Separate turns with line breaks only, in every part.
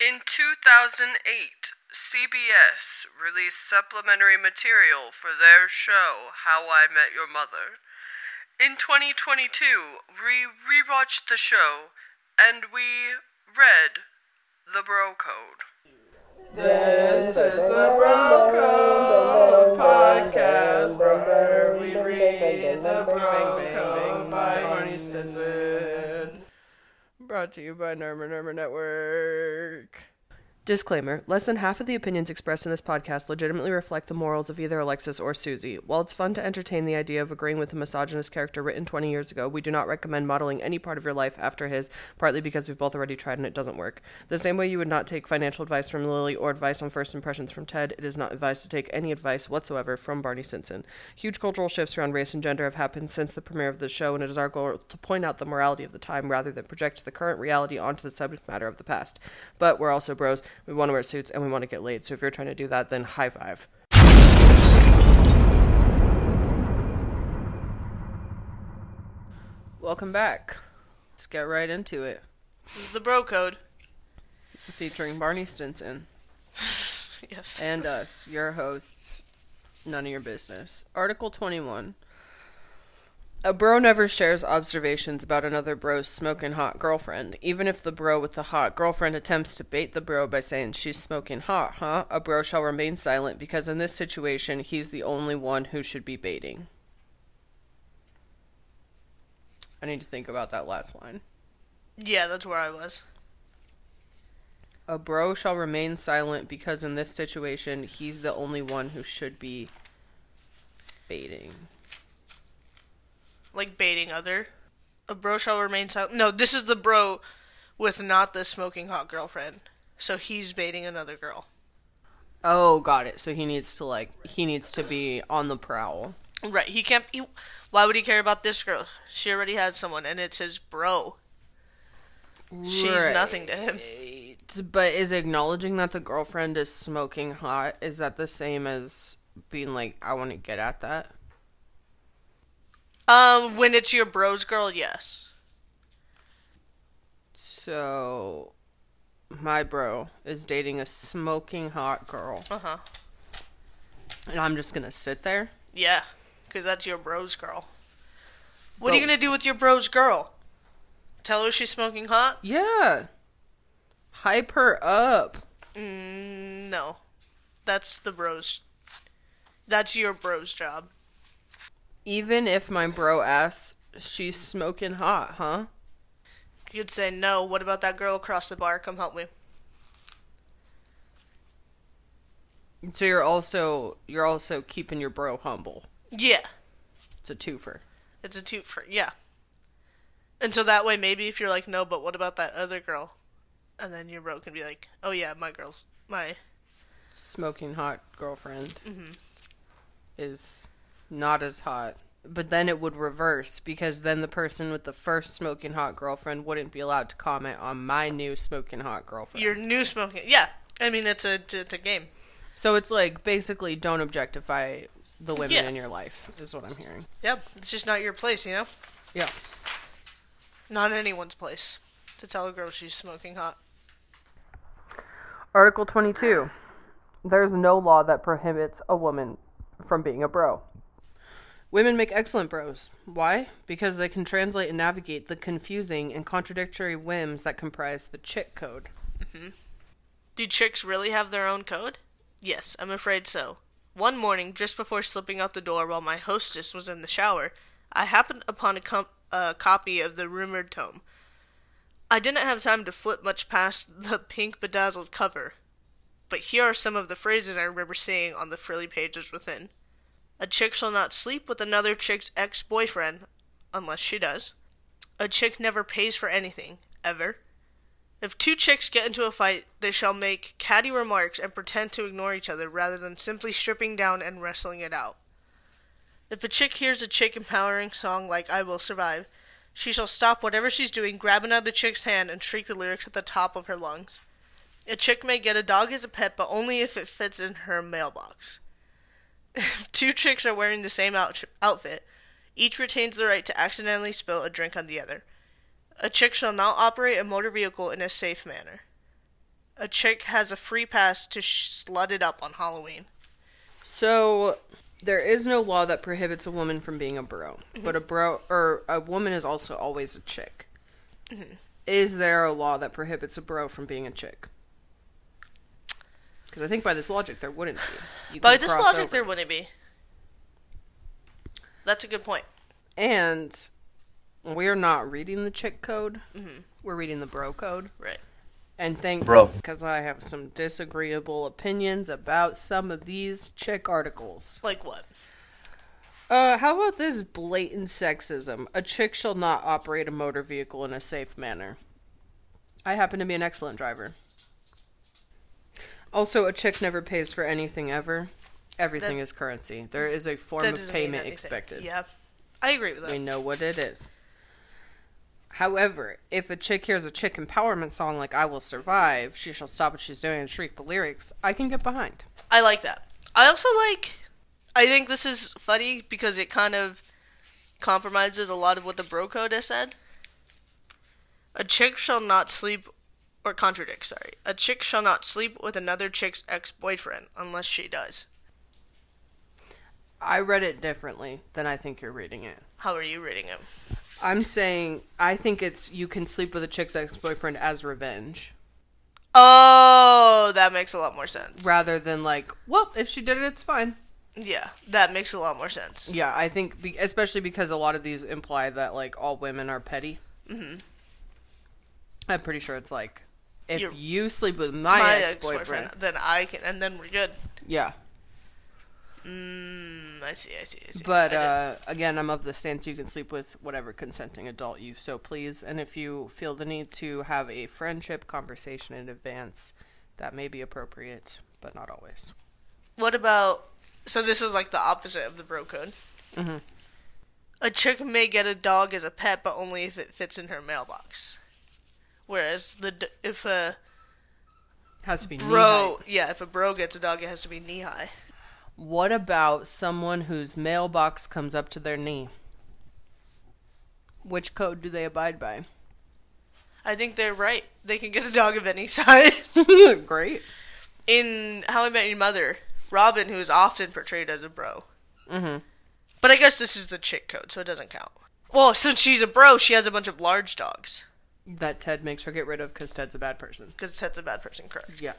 In 2008, CBS released supplementary material for their show How I Met Your Mother. In 2022, we rewatched the show and we read The Bro Code.
This is the Bro Code podcast where we read the Bro Code by Marty Stinson.
Brought to you by Nermer Nermer Network. Disclaimer Less than half of the opinions expressed in this podcast legitimately reflect the morals of either Alexis or Susie. While it's fun to entertain the idea of agreeing with a misogynist character written 20 years ago, we do not recommend modeling any part of your life after his, partly because we've both already tried and it doesn't work. The same way you would not take financial advice from Lily or advice on first impressions from Ted, it is not advised to take any advice whatsoever from Barney Stinson. Huge cultural shifts around race and gender have happened since the premiere of the show, and it is our goal to point out the morality of the time rather than project the current reality onto the subject matter of the past. But we're also bros, we want to wear suits, and we want to get laid, so if you're trying to do that, then high five. Welcome back. Let's get right into it.
This is the Bro Code.
Featuring Barney Stinson.
Yes.
and us, your hosts, none of your business. Article 21. A bro never shares observations about another bro's smoking hot girlfriend. Even if the bro with the hot girlfriend attempts to bait the bro by saying she's smoking hot, huh? A bro shall remain silent because in this situation, he's the only one who should be baiting. I need to think about that last line.
Yeah, that's where I was.
A bro shall remain silent because in this situation, he's the only one who should be baiting.
Like baiting other. A bro shall remain silent. No, this is the bro with not the smoking hot girlfriend. So he's baiting another girl.
Oh, got it. So he needs to like he needs to be on the prowl.
Right. He can't. He, why would he care about this girl? She already has someone, and it's his bro. She's nothing to him.
Right. But is acknowledging that the girlfriend is smoking hot is that the same as being like I want to get at that?
Um, when it's your bro's girl, yes.
So my bro is dating a smoking hot girl
Uh huh.
and I'm just going to sit there?
Yeah, because that's your bro's girl. What are you
But-
gonna do with your bro's girl? Tell her she's smoking hot?
Yeah. Hype her up.
Mm, no, that's the bro's. That's your bro's job.
Even if my bro asks, she's smoking hot, huh?
You'd say no. What about that girl across the bar? Come help me.
So you're also you're also keeping your bro humble.
Yeah,
It's a twofer.
it's a two for yeah. And so that way, maybe if you're like no, but what about that other girl? And then your bro can be like, oh yeah, my girl's my
Smoking hot girlfriend is not as hot. But then it would reverse because then the person with the first smoking hot girlfriend wouldn't be allowed to comment on my new smoking hot girlfriend.
your new smoking. Yeah, I mean it's a it's a game.
so it's like basically don't objectify the women
Yeah.
in your life is what I'm hearing.
Yep, it's just not your place, you know.
Yeah.
Not anyone's place to tell a girl she's smoking hot.
Article 22. There's no law that prohibits a woman from being a bro. Women make excellent bros. Why? Because they can translate and navigate the confusing and contradictory whims that comprise the chick code.
Do chicks really have their own code? Yes, I'm afraid so. One morning, just before slipping out the door while my hostess was in the shower, I happened upon a, com- a copy of the rumored tome. I didn't have time to flip much past the pink bedazzled cover, but here are some of the phrases I remember seeing on the frilly pages within. A chick shall not sleep with another chick's ex boyfriend, unless she does. A chick never pays for anything, ever. If two chicks get into a fight, they shall make catty remarks and pretend to ignore each other rather than simply stripping down and wrestling it out. If a chick hears a chick empowering song like I Will Survive, she shall stop whatever she's doing, grab another chick's hand, and shriek the lyrics at the top of her lungs. A chick may get a dog as a pet, but only if it fits in her mailbox. If two chicks are wearing the same out- outfit, each retains the right to accidentally spill a drink on the other. A chick shall not operate a motor vehicle in a safe manner. a chick has a free pass to sh- slut it up on Halloween.
So there is no law that prohibits a woman from being a bro,
Mm-hmm.
but a bro or a woman is also always a chick.
Mm-hmm.
Is there a law that prohibits a bro from being a chick? Because I think by this logic there wouldn't be. You
By
can
this
cross
logic,
over.
there wouldn't be. That's a good point.
and we're not reading the chick code.
Mm-hmm.
We're reading the bro code.
Right.
And thank
Bro.
because I have some disagreeable opinions about some of these chick articles.
Like what?
Uh, how about this blatant sexism? A chick shall not operate a motor vehicle in a safe manner. I happen to be an excellent driver. Also, a chick never pays for anything ever. Everything is currency. There is a form
That
of
doesn't mean
payment
anything.
expected.
Yeah. I agree with that.
We know what it is. However, if a chick hears a chick empowerment song like I Will Survive, she shall stop what she's doing and shriek the lyrics, I can get behind.
I like that. I also like. I think this is funny because it kind of compromises a lot of what the bro code has said. A chick shall not sleep, or contradict. Sorry, a chick shall not sleep with another chick's ex-boyfriend unless she does.
I read it differently than I think you're reading it.
How are you reading it?
I'm saying I think it's you can sleep with a chick's ex boyfriend as revenge
Oh, that makes a lot more sense.
rather than like, well, if she did it, it's fine.
Yeah, that makes a lot more sense.
Yeah, I think, be- especially because a lot of these imply that like all women are petty. Mm-hmm. I'm pretty sure it's like if
You're-
you sleep with my,
My
ex boyfriend,
then I can, and then we're good.
yeah.
Mm, I see, I see, I see.
But
I
uh, again, I'm of the stance you can sleep with whatever consenting adult you so please. And if you feel the need to have a friendship conversation in advance, that may be appropriate, but not always.
What about so this is like the opposite of the bro code. A chick may get a dog as a pet, but only if it fits in her mailbox. Whereas the d- if a
Has to be
bro, yeah, if a bro gets a dog, it has to be knee high.
What about someone whose mailbox comes up to their knee? Which code do they abide by?
I think they're right. They can get a dog of any size.
Great.
in How I Met Your Mother, Robin, who is often portrayed as a bro, mm-hmm. but I guess this is the chick code, so it doesn't count. Well, since she's a bro, she has a bunch of large dogs
That Ted makes her get rid of because Ted's a bad person.
because that's a bad person, correct?
Yeah.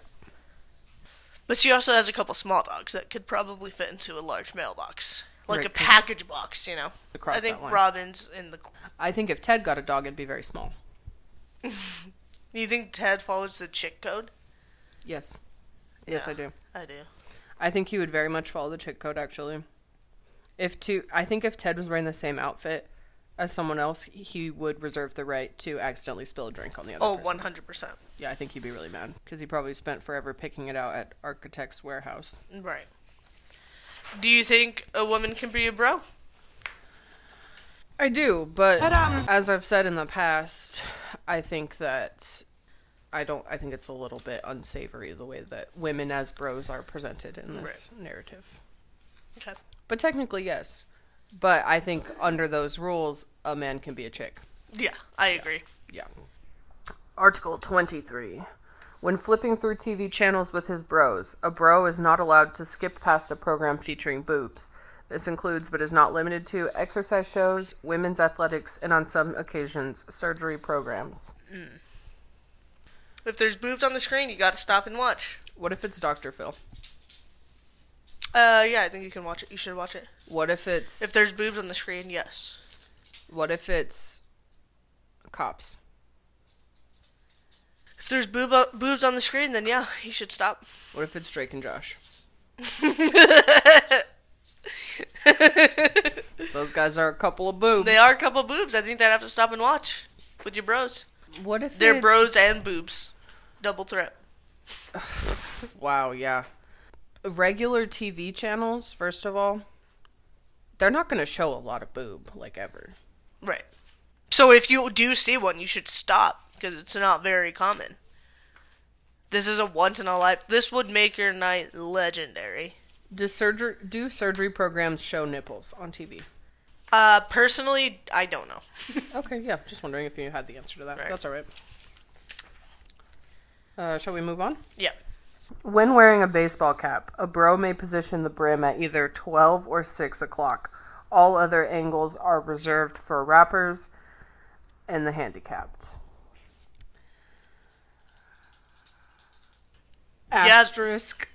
But she also has a couple small dogs that could probably fit into a large mailbox, like
Right,
a
'cause-
package box, you know.
Across
I think
that line.
Robin's in the.
I think if Ted got a dog, it'd be very small.
You think Ted follows the chick code?
Yes. Yes,
Yeah.
I do.
I do.
I think he would very much follow the chick code actually. If to I think if Ted was wearing the same outfit as someone else, he would reserve the right to accidentally spill a drink on the other
Oh,
person.
100 percent.
Yeah, I think he'd be really mad because he probably spent forever picking it out at Architect's Warehouse.
Right. Do you think a woman can be a bro?
I do, but as I've said in the past, I think that I don't I think it's a little bit unsavory the way that women as bros are presented in this narrative.
Okay.
But technically, yes. But I think under those rules, a man can be a chick.
Yeah, I agree.
Yeah. Article 23. When flipping through TV channels with his bros, a bro is not allowed to skip past a program featuring boobs. This includes, but is not limited to, exercise shows, women's athletics, and on some occasions, surgery programs.
If there's boobs on the screen, you got to stop and watch.
What if it's Dr. Phil?
Uh, yeah, I think you can watch it. You should watch it.
What if it's.
If there's boobs on the screen, yes.
what if it's. Cops?
If there's boob- uh, boobs on the screen, then yeah, you should stop.
What if it's Drake and Josh? Those guys are a couple of boobs.
They are a couple boobs. I think they'd have to stop and watch with your bros.
What if
They're
it's-
bros and boobs. Double threat.
Wow, yeah. Regular TV channels, first of all, they're not going to show a lot of boob, like ever.
Right. So if you do see one, you should stop because it's not very common. This is a once in a life. This would make your night legendary.
Do surgery do surgery programs show nipples on TV?
Uh, personally, I don't know.
Okay, yeah, just wondering if you had the answer to that.
Right.
That's all right. Uh, shall we move on?
Yeah.
When wearing a baseball cap, a bro may position the brim at either 12 or 6 o'clock. All other angles are reserved for rappers and the handicapped. Asterisk.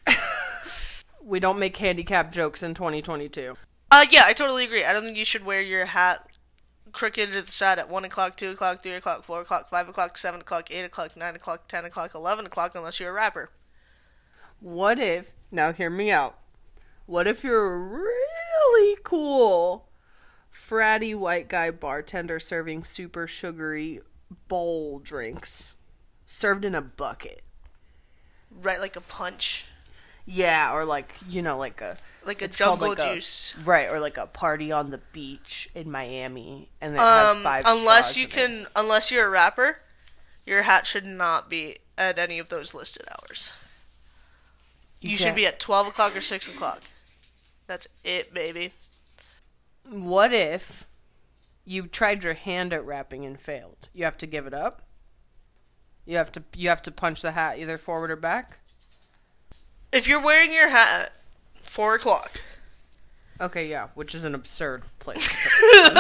we don't make handicap jokes in 2022.
Uh, yeah, I totally agree. I don't think you should wear your hat crooked to the side at 1 o'clock, 2 o'clock, 3 o'clock, 4 o'clock, 5 o'clock, 7 o'clock, 8 o'clock, 9 o'clock, 10 o'clock, 11 o'clock, unless you're a rapper.
What if, now hear me out, what if you're a really cool fratty white guy bartender serving super sugary bowl drinks served in a bucket?
Right, like a punch.
Yeah, or like, you know, like a.
Like a
it's called
jungle
like a-
juice.
right, or like a party on the beach in Miami, and it has
Um,
five.
unless
straws
you
in it.
can, unless you're a rapper, your hat should not be at any of those listed hours. You, should
can't-
be at 12 o'clock or 6 o'clock. That's it, baby.
What if you tried your hand at rapping and failed? You have to give it up. You have to you have to punch the hat either forward or back.
If you're wearing your hat at 4 o'clock,
Okay, yeah, which is an absurd place.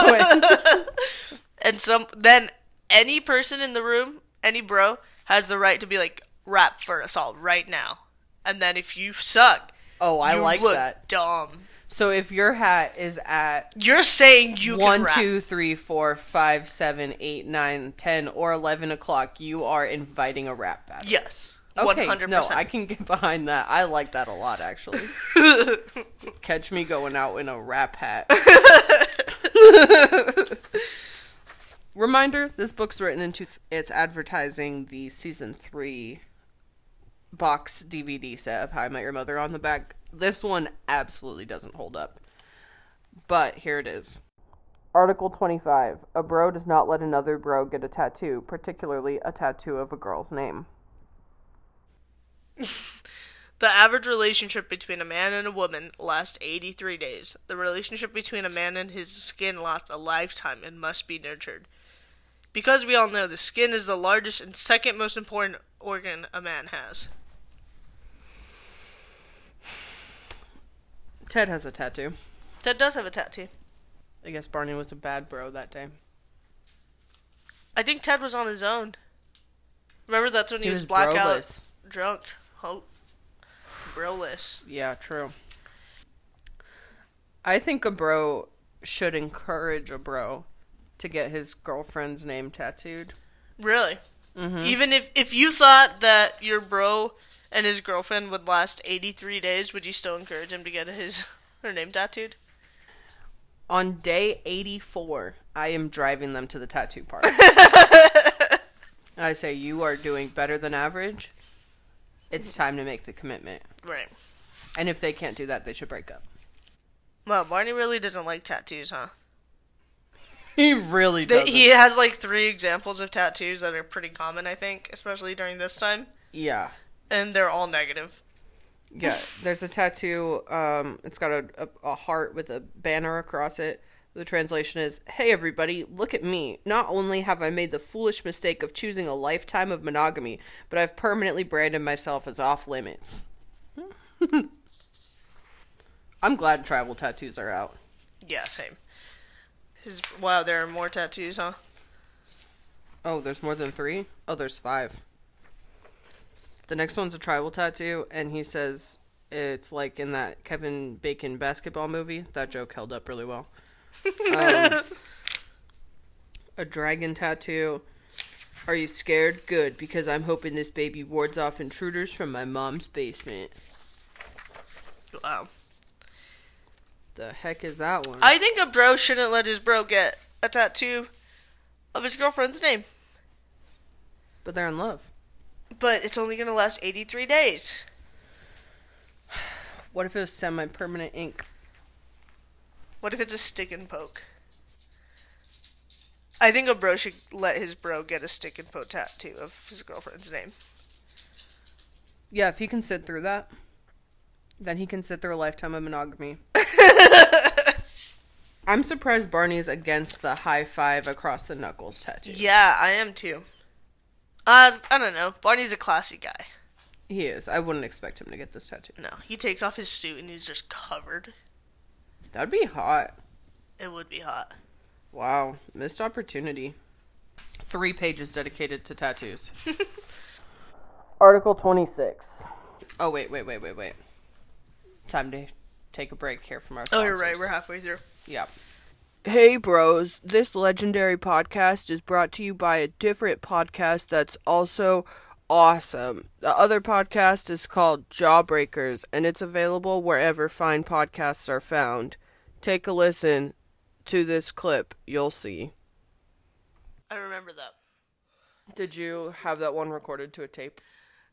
and some then any person in the room, any bro, has the right to be like, rap for us all right now. And then if you suck,
oh, I
you
like
look
that.
dumb.
So if your hat is at
You're saying you
one,
can rap.
two, three, four, five, seven, eight, nine, ten, or 11 o'clock, you are inviting a rap battle.
Yes.
Okay,
100%.
no, I can get behind that. I like that a lot, actually. Catch me going out in a rap hat. Reminder: This book's written in two. It's advertising the season three box DVD set of How I Met Your Mother on the back. This one absolutely doesn't hold up, but here it is. Article 25. A bro does not let another bro get a tattoo, particularly a tattoo of a girl's name.
The average relationship between a man and a woman lasts 83 days. The relationship between a man and his skin lasts a lifetime and must be nurtured. Because we all know the skin is the largest and second most important organ a man has.
Ted has a tattoo.
Ted does have a tattoo.
I guess Barney was a bad bro that day.
I think Ted was on his own. Remember that's when he, was,
was
blackout
broless.
drunk. Oh. Broless.
Yeah, true. I think a bro should encourage a bro to get his girlfriend's name tattooed.
Really? Even if if you thought that your bro and his girlfriend would last 83 days, would you still encourage him to get his her name tattooed?
On day 84, I am driving them to the tattoo parlor. I say, You are doing better than average. It's time to make the commitment.
Right.
And if they can't do that, they should break up.
Well, Barney really doesn't like tattoos, huh?
He really
Th-
does.
He has like three examples of tattoos that are pretty common, I think, especially during this time,
yeah.
and they're all negative.
Yeah, there's a tattoo. Um, it's got a, a, a heart with a banner across it. The translation is Hey, everybody, look at me. Not only have I made the foolish mistake of choosing a lifetime of monogamy, but I've permanently branded myself as off limits. I'm glad travel tattoos are out.
Yeah, same. His wow, there are more tattoos, huh?
Oh, there's more than three? Oh, there's five. The next one's a tribal tattoo, and he says it's like in that Kevin Bacon basketball movie. That joke held up really well. Um, a dragon tattoo. Are you scared? Good, because I'm hoping this baby wards off intruders from my mom's basement.
Wow.
The heck is that one?
I think a bro shouldn't let his bro get a tattoo of his girlfriend's name.
but they're in love.
But it's only gonna last 83 days.
What if it was semi permanent ink?
What if it's a stick and poke? I think a bro should let his bro get a stick and poke tattoo of his girlfriend's name.
Yeah, if he can sit through that, then he can sit through a lifetime of monogamy. I'm surprised Barney's against the high five across the knuckles tattoo.
Yeah, I am too. Uh, I don't know. Barney's a classy guy.
He is. I wouldn't expect him to get this tattoo.
No, he takes off his suit and he's just covered.
That'd be hot.
It would be hot.
Wow. Missed opportunity. Three pages dedicated to tattoos. Article 26. Oh, wait, wait, wait, wait, wait. Time to take a break here from our
Oh,
sponsors.
you're right. We're halfway through.
Yeah. Hey, bros. This legendary podcast is brought to you by a different podcast that's also awesome. The other podcast is called Jawbreakers, and it's available wherever fine podcasts are found. Take a listen to this clip, you'll see.
I remember that.
Did you have that one recorded to a tape?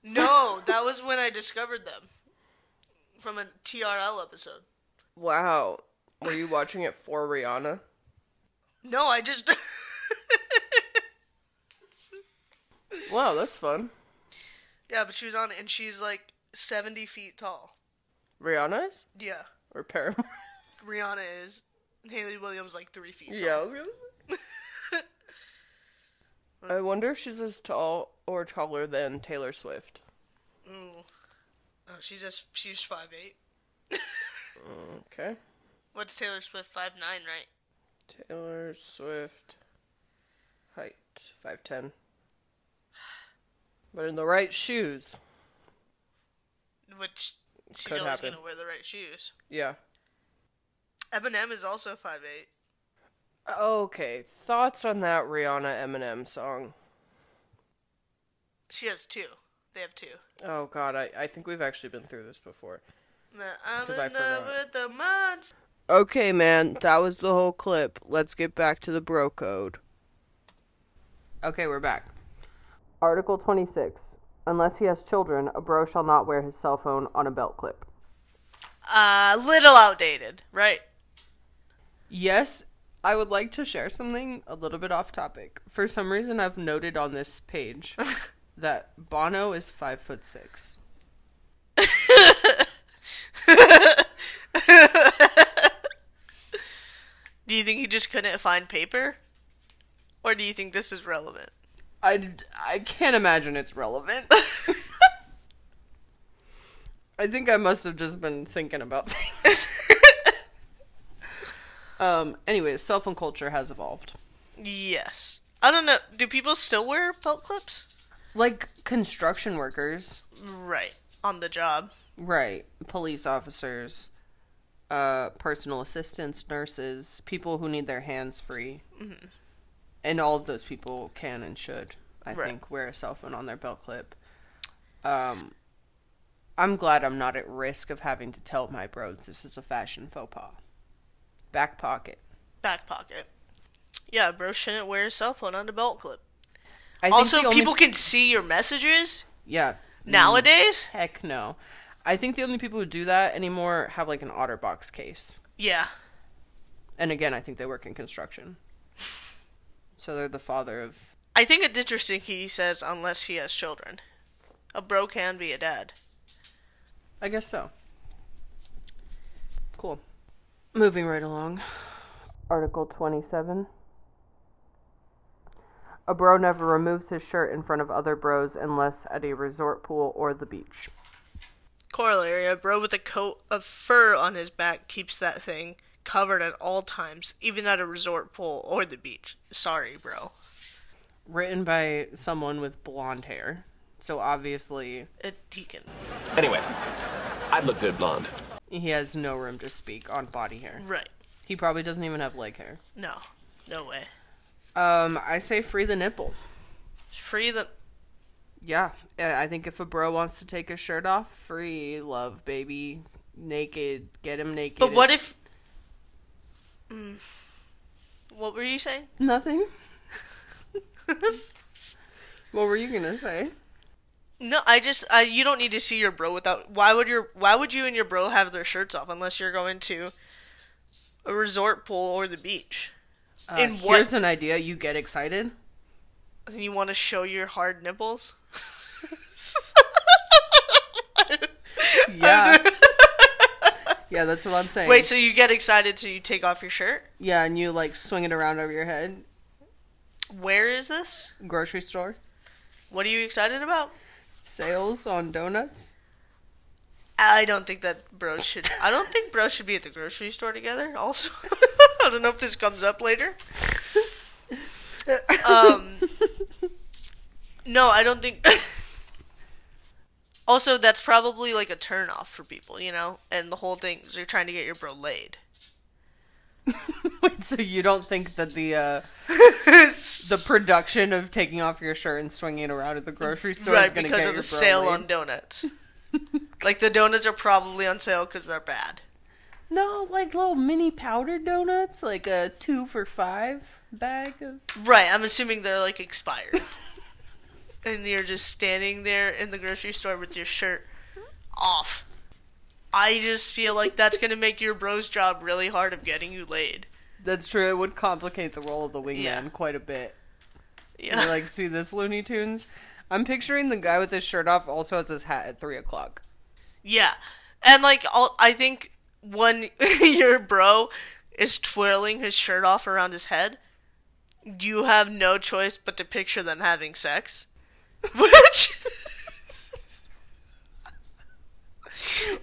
No, that was when I discovered them from a TRL episode.
Wow. Were you watching it for Rihanna?
No, I just
Wow, that's fun.
yeah, but she was on it and she's like seventy feet tall.
Rihanna's?
Yeah,
Or Paramore?
Rihanna is. and Haley Williams like three feet. Tall.
Yeah, I was gonna say. I wonder if she's as tall or taller than Taylor Swift.
Ooh. Oh, she's just she's five eight.
Okay.
What's Taylor Swift five nine, right?
Taylor Swift height five ten. But in the right shoes.
Which she's
Could
always
happen.
gonna wear the right shoes.
Yeah.
Eminem is also five eight.
Okay. Thoughts on that Rihanna Eminem song?
She has two. They have two.
Oh god, I, I think we've actually been through this before.
The- I'm
'Cause
in
I
love
forgot.
with the monster.
Okay, man, that was the whole clip. Let's get back to the bro code. Okay, we're back. Article 26. Unless he has children, a bro shall not wear his cell phone on a belt clip.
Uh, little outdated, right?
Yes, I would like to share something a little bit off topic. For some reason, I've noted on this page that Bono is five foot six.
Do you think he just couldn't find paper? Or do you think this is relevant?
I, I can't imagine it's relevant. I think I must have just been thinking about things. um. Anyways, cell phone culture has evolved.
Yes. I don't know. Do people still wear belt clips?
Like construction workers,
Right. On the job.
right? Police officers, uh, personal assistants, nurses, people who need their hands free,
Mm-hmm.
and all of those people can and should, I
Right.
think, wear a cell phone on their belt clip. Um, I'm glad I'm not at risk of having to tell my bro this is a fashion faux pas. Back pocket.
Back pocket. Yeah, bro shouldn't wear his cell phone on the belt clip.
I think
Also,
the only- Mm.
people can see your messages
yeah
nowadays.
Heck no. I think the only people who do that anymore have like an OtterBox case.
Yeah.
And again, I think they work in construction. So they're the father of
I think it's interesting he says, unless he has children. A bro can be a dad.
I guess so. Cool. Moving right along. Article 27. A bro never removes his shirt in front of other bros unless at a resort pool or the beach.
Corollary, a bro with a coat of fur on his back keeps that thing covered at all times, even at a resort pool or the beach. Sorry, bro.
Written by someone with blonde hair. So obviously,
A deacon.
Anyway, I'd look good blonde.
he has no room to speak on body hair.
Right.
He probably doesn't even have leg hair.
No. No way.
Um, I say free the nipple.
Free the.
Yeah, uh, I I think if a bro wants to take his shirt off, free love, baby, naked, get him naked.
But what if. Mm. What were you saying?
Nothing. what were you gonna say?
No, I just I, you don't need to see your bro without. Why would your Why would you and your bro have their shirts off unless you're going to a resort pool or the beach?
Uh,
In what-
Here's an idea. You get excited.
And you want to show your hard nipples?
Yeah. yeah, that's what I'm saying.
Wait, so you get excited, so you take off your shirt?
yeah, and you like swing it around over your head.
Where is this?
Grocery store.
What are you excited about?
Sales on donuts?
I don't think that bros should. I don't think bros should be at the grocery store together. Also, I don't know if this comes up later. Um, no, I don't think. also, that's probably like a turnoff for people, you know. And the whole thing is you're trying to get your bro laid.
Wait, so you don't think that the uh, the production of taking off your shirt and swinging it around at the grocery store is
right
going to
because
get
of
your
the
bro
sale
laid?
on donuts. like the donuts are probably on sale because they're bad.
No, like little mini powdered donuts, like a two for five bag of.
Right, I'm assuming they're like expired. and you're just standing there in the grocery store with your shirt off. I just feel like that's gonna make your bro's job really hard of getting you laid.
That's true. It would complicate the role of the wingman
Yeah.
quite a bit.
Yeah.
You're like, see this Looney Tunes? I'm picturing the guy with his shirt off also has his hat at three o'clock.
Yeah, and like all, I think when your bro is twirling his shirt off around his head, you have no choice but to picture them having sex, which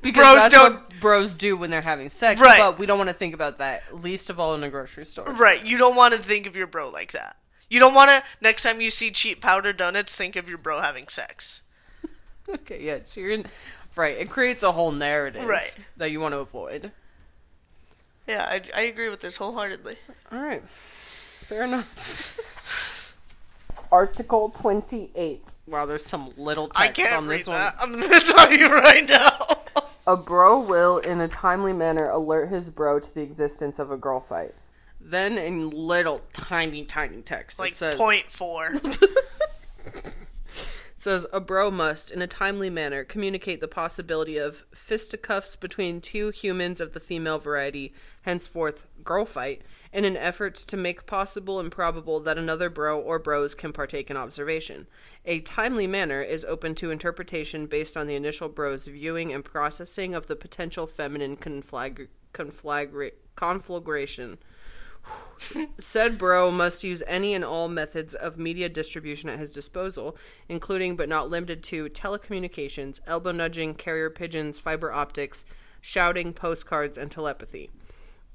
Because
Bros
that's
don't-
what bros do when they're having sex.
Right.
But we don't want to think about that, least of all in a grocery store.
right you don't want to think of your bro like that. You don't want to next time you see cheap powder donuts think of your bro having sex.
Okay, yeah, so you're in. Right, it creates a whole narrative
Right.
that you want to avoid.
Yeah, I, I agree with this wholeheartedly.
All right. Fair enough. Article 28. Wow, there's some little text
I can't
on
read
this one.
that. I'm gonna tell you right now.
A bro will, in a timely manner, alert his bro to the existence of a girl fight. Then, in little tiny, tiny text,
like
it says,
point four.
says a bro must, in a timely manner, communicate the possibility of fisticuffs between two humans of the female variety, henceforth girl fight, in an effort to make possible and probable that another bro or bros can partake in observation. A timely manner is open to interpretation based on the initial bro's viewing and processing of the potential feminine conflag- conflagra- conflagration. Said bro must use any and all methods of media distribution at his disposal, including but not limited to telecommunications, elbow nudging, carrier pigeons, fiber optics, shouting, postcards, and telepathy.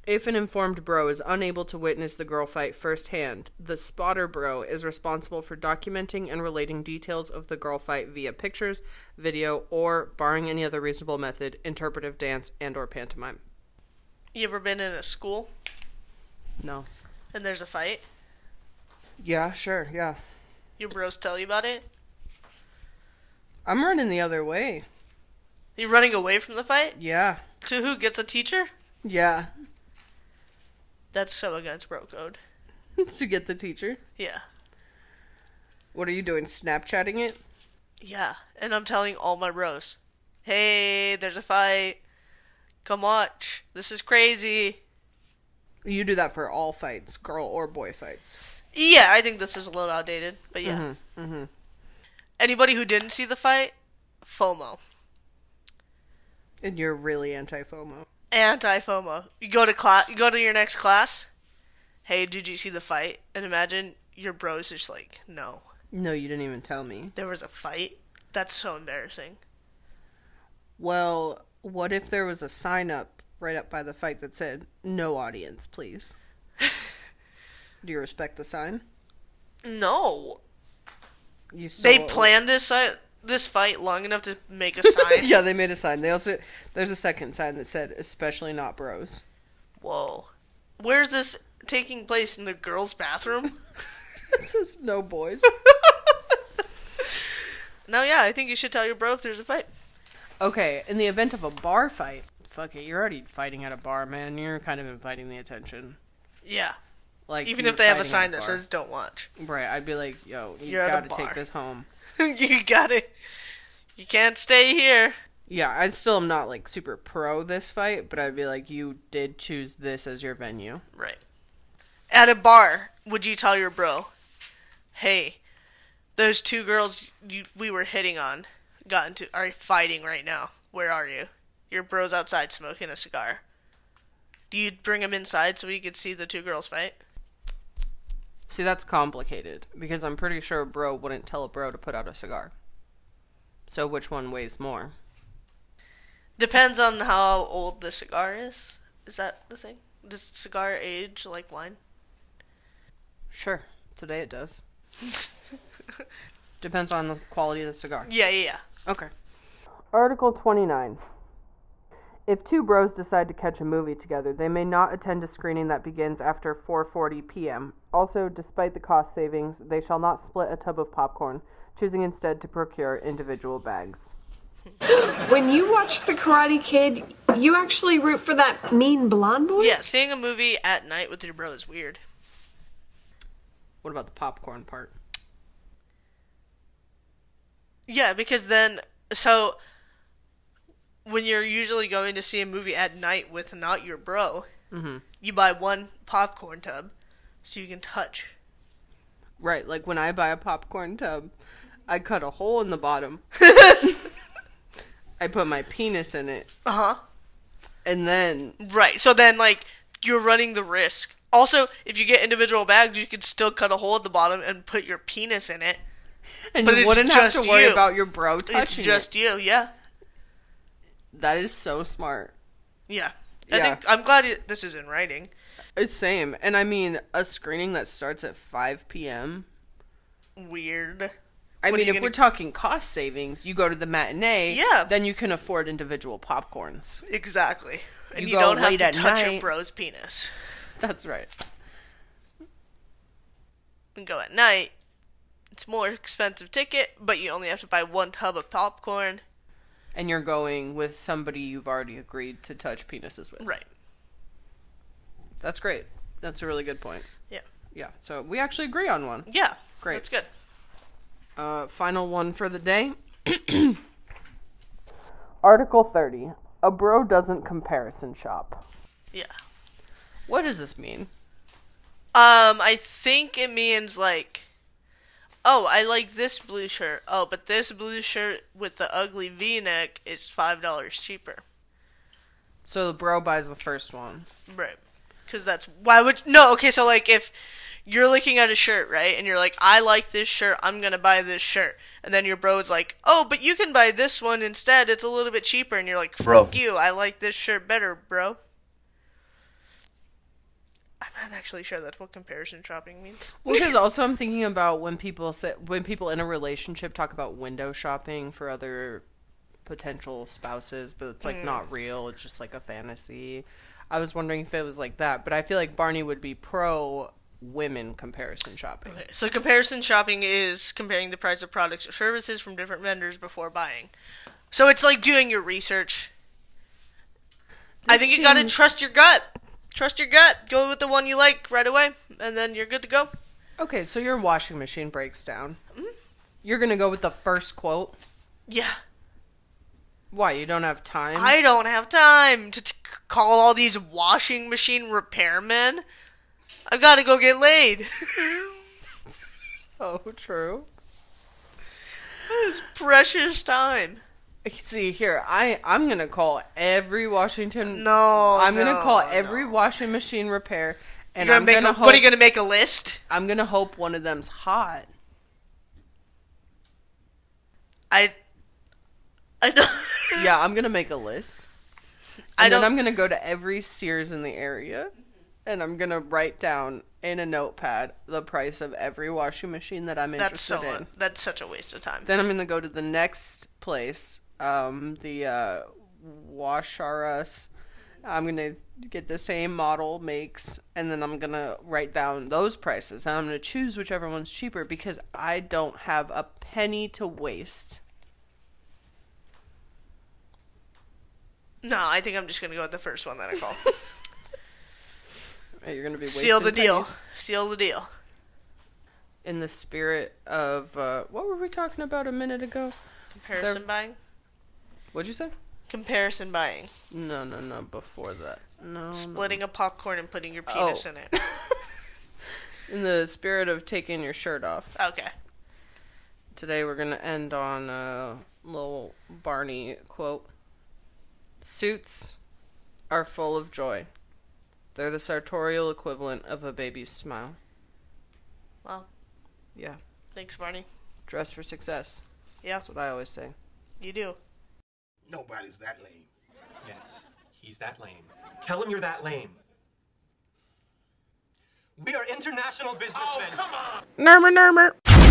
If an informed bro is unable to witness the girl fight firsthand, the spotter bro is responsible for documenting and relating details of the girl fight via pictures, video, or, barring any other reasonable method, interpretive dance and or pantomime.
you ever been in a school
No.
and there's a fight?
Yeah, sure, yeah.
Your bros tell you about it?
I'm running the other way.
You running away from the fight?
Yeah.
To who? Get the teacher?
Yeah.
That's so against bro code.
to get the teacher.
Yeah.
What are you doing? Snapchatting it?
Yeah. And I'm telling all my bros, hey, there's a fight. Come watch. This is crazy.
You do that for all fights, girl or boy fights.
Yeah, I think this is a little outdated, but yeah.
Mm-hmm,
Anybody who didn't see the fight, FOMO.
And you're really anti FOMO.
Anti FOMO. You go to class. You go to your next class. Hey, did you see the fight? And imagine your bros just like, no,
No, you didn't even tell me.
there was a fight. That's so embarrassing.
Well, what if there was a sign up right up by the fight that said, no audience, please? do you respect the sign?
No,
You saw
they planned this si- this fight long enough to make a sign.
Yeah, they made a sign. They also there's a second sign that said, especially not bros.
Whoa, where's this taking place in the girls' bathroom?
it says no boys.
no, yeah, I think you should tell your bro if there's a fight.
Okay, in the event of a bar fight, fuck it, you're already fighting at a bar, man. You're kind of inviting the attention.
Yeah,
Like
even
you're
if they have a
fighting at
sign that
bar.
says "Don't watch,"
right, I'd be like, yo, you
You're at a
gotta take
bar.
this home.
you got it. You can't stay here.
Yeah, I still am not like super pro this fight, but I'd be like, you did choose this as your venue.
Right. At a bar, would you tell your bro, "Hey, those two girls you, we were hitting on got into are fighting right now. Where are you? Your bro's outside smoking a cigar. Do you bring him inside so we could see the two girls fight?"
See, that's complicated because I'm pretty sure a bro wouldn't tell a bro to put out a cigar. So which one weighs more?
Depends on how old the cigar is. Is that the thing? Does cigar age like wine?
Sure. Today it does. Depends on the quality of the cigar.
Yeah, yeah, yeah.
Okay. Article 29. If two bros decide to catch a movie together, they may not attend a screening that begins after 4:40 p.m. Also, despite the cost savings, they shall not split a tub of popcorn, choosing instead to procure individual bags.
When you watch The Karate Kid, you actually root for that mean blonde boy?
Yeah, seeing a movie at night with your bro is weird.
What about the popcorn part?
Yeah, because then so when you're usually going to see a movie at night with not your bro,
Mm-hmm.
you buy one popcorn tub so you can touch.
Right, like when I buy a popcorn tub, I cut a hole in the bottom. I put my penis in it,
Uh huh.
and then
Right. So then like you're running the risk. Also, if you get individual bags, you could still cut a hole at the bottom and put your penis in it.
and
But
you
it's
wouldn't have to
just
worry
you.
about your bro
It's
touching
just you, yeah.
it. That is so smart.
Yeah. I
Yeah.
think I'm glad it, this is in writing.
It's same, and I mean a screening that starts at 5 p.m.
Weird.
I
What are
mean,
you
if
gonna-
we're talking cost savings, you go to the matinee,
Yeah.
then you can afford individual popcorns.
Exactly. And
You
you,
go
don't have
late
to
at
touch your
night.
bro's penis.
That's right.
And go at night. It's more expensive ticket, but you only have to buy one tub of popcorn.
And you're going with somebody you've already agreed to touch penises with.
Right.
That's great. That's a really good point.
Yeah.
Yeah. So we actually agree on one.
Yeah.
Great.
That's good.
Uh, final one for the day. Article 30. A bro doesn't comparison shop.
Yeah.
What does this mean?
Um, I think it means like, oh, I like this blue shirt. Oh, but this blue shirt with the ugly V-neck is five dollars cheaper.
So the bro buys the first one.
Right. Because that's why would no? Okay, so like if you're looking at a shirt, right, and you're like, I like this shirt, I'm gonna buy this shirt, and then your bro is like, Oh, but you can buy this one instead. It's a little bit cheaper, and you're like,
Bro.
Fuck you, I like this shirt better, bro. I'm not actually sure that's what comparison shopping means.
Well, because also I'm thinking about when people say when people in a relationship talk about window shopping for other potential spouses, but it's like
Mm.
not real. It's just like a fantasy. I was wondering if it was like that, but I feel like Barney would be pro women comparison shopping.
So comparison shopping is comparing the price of products or services from different vendors before buying. So it's like doing your research. I
This
think you gotta
seems-
trust your gut. Trust your gut. Go with the one you like right away, and then you're good to go.
Okay, so your washing machine breaks down.
Mm-hmm.
You're gonna go with the first quote.
Yeah.
Why you don't have time?
I don't have time to t- call all these washing machine repairmen. I gotta go get laid.
so Oh, true.
Precious time.
See here, I I'm gonna call every Washington.
No,
I'm
Oh, no,
gonna call
no.
every washing machine repair, and
You're gonna
I'm
make
gonna
a-
hope
what are you gonna make a list?
I'm gonna hope one of them's hot.
I. I don't.
Yeah, I'm gonna make a list, and
I
then
don't.
I'm gonna go to every Sears in the area, and I'm gonna write down in a notepad the price of every washing machine that I'm
that's
interested
so.
in.
That's such a waste of time.
Then I'm gonna go to the next place, um, the uh, Washaras. I'm gonna get the same model makes, and then I'm gonna write down those prices, and I'm gonna choose whichever one's cheaper because I don't have a penny to waste.
No, I think I'm just gonna go with the first one that I call.
You're gonna be wasting
Seal the deal.
pennies.
Seal the deal.
In the spirit of uh, what were we talking about a minute ago?
Comparison
They're-
buying.
What'd you say?
Comparison buying.
No, no, no. Before that, no.
Splitting a popcorn and putting your penis
Um, Oh.
in it.
In the spirit of taking your shirt off.
Okay.
Today we're gonna end on a little Barney quote. Suits are full of joy. They're the sartorial equivalent of a baby's smile.
Well,
Yeah.
thanks, Barney.
Dress for success.
Yeah,
That's what I always say.
you do.
Nobody's that lame.
Yes, he's that lame. Tell him you're that lame. We are international businessmen.
Murmur, murmur.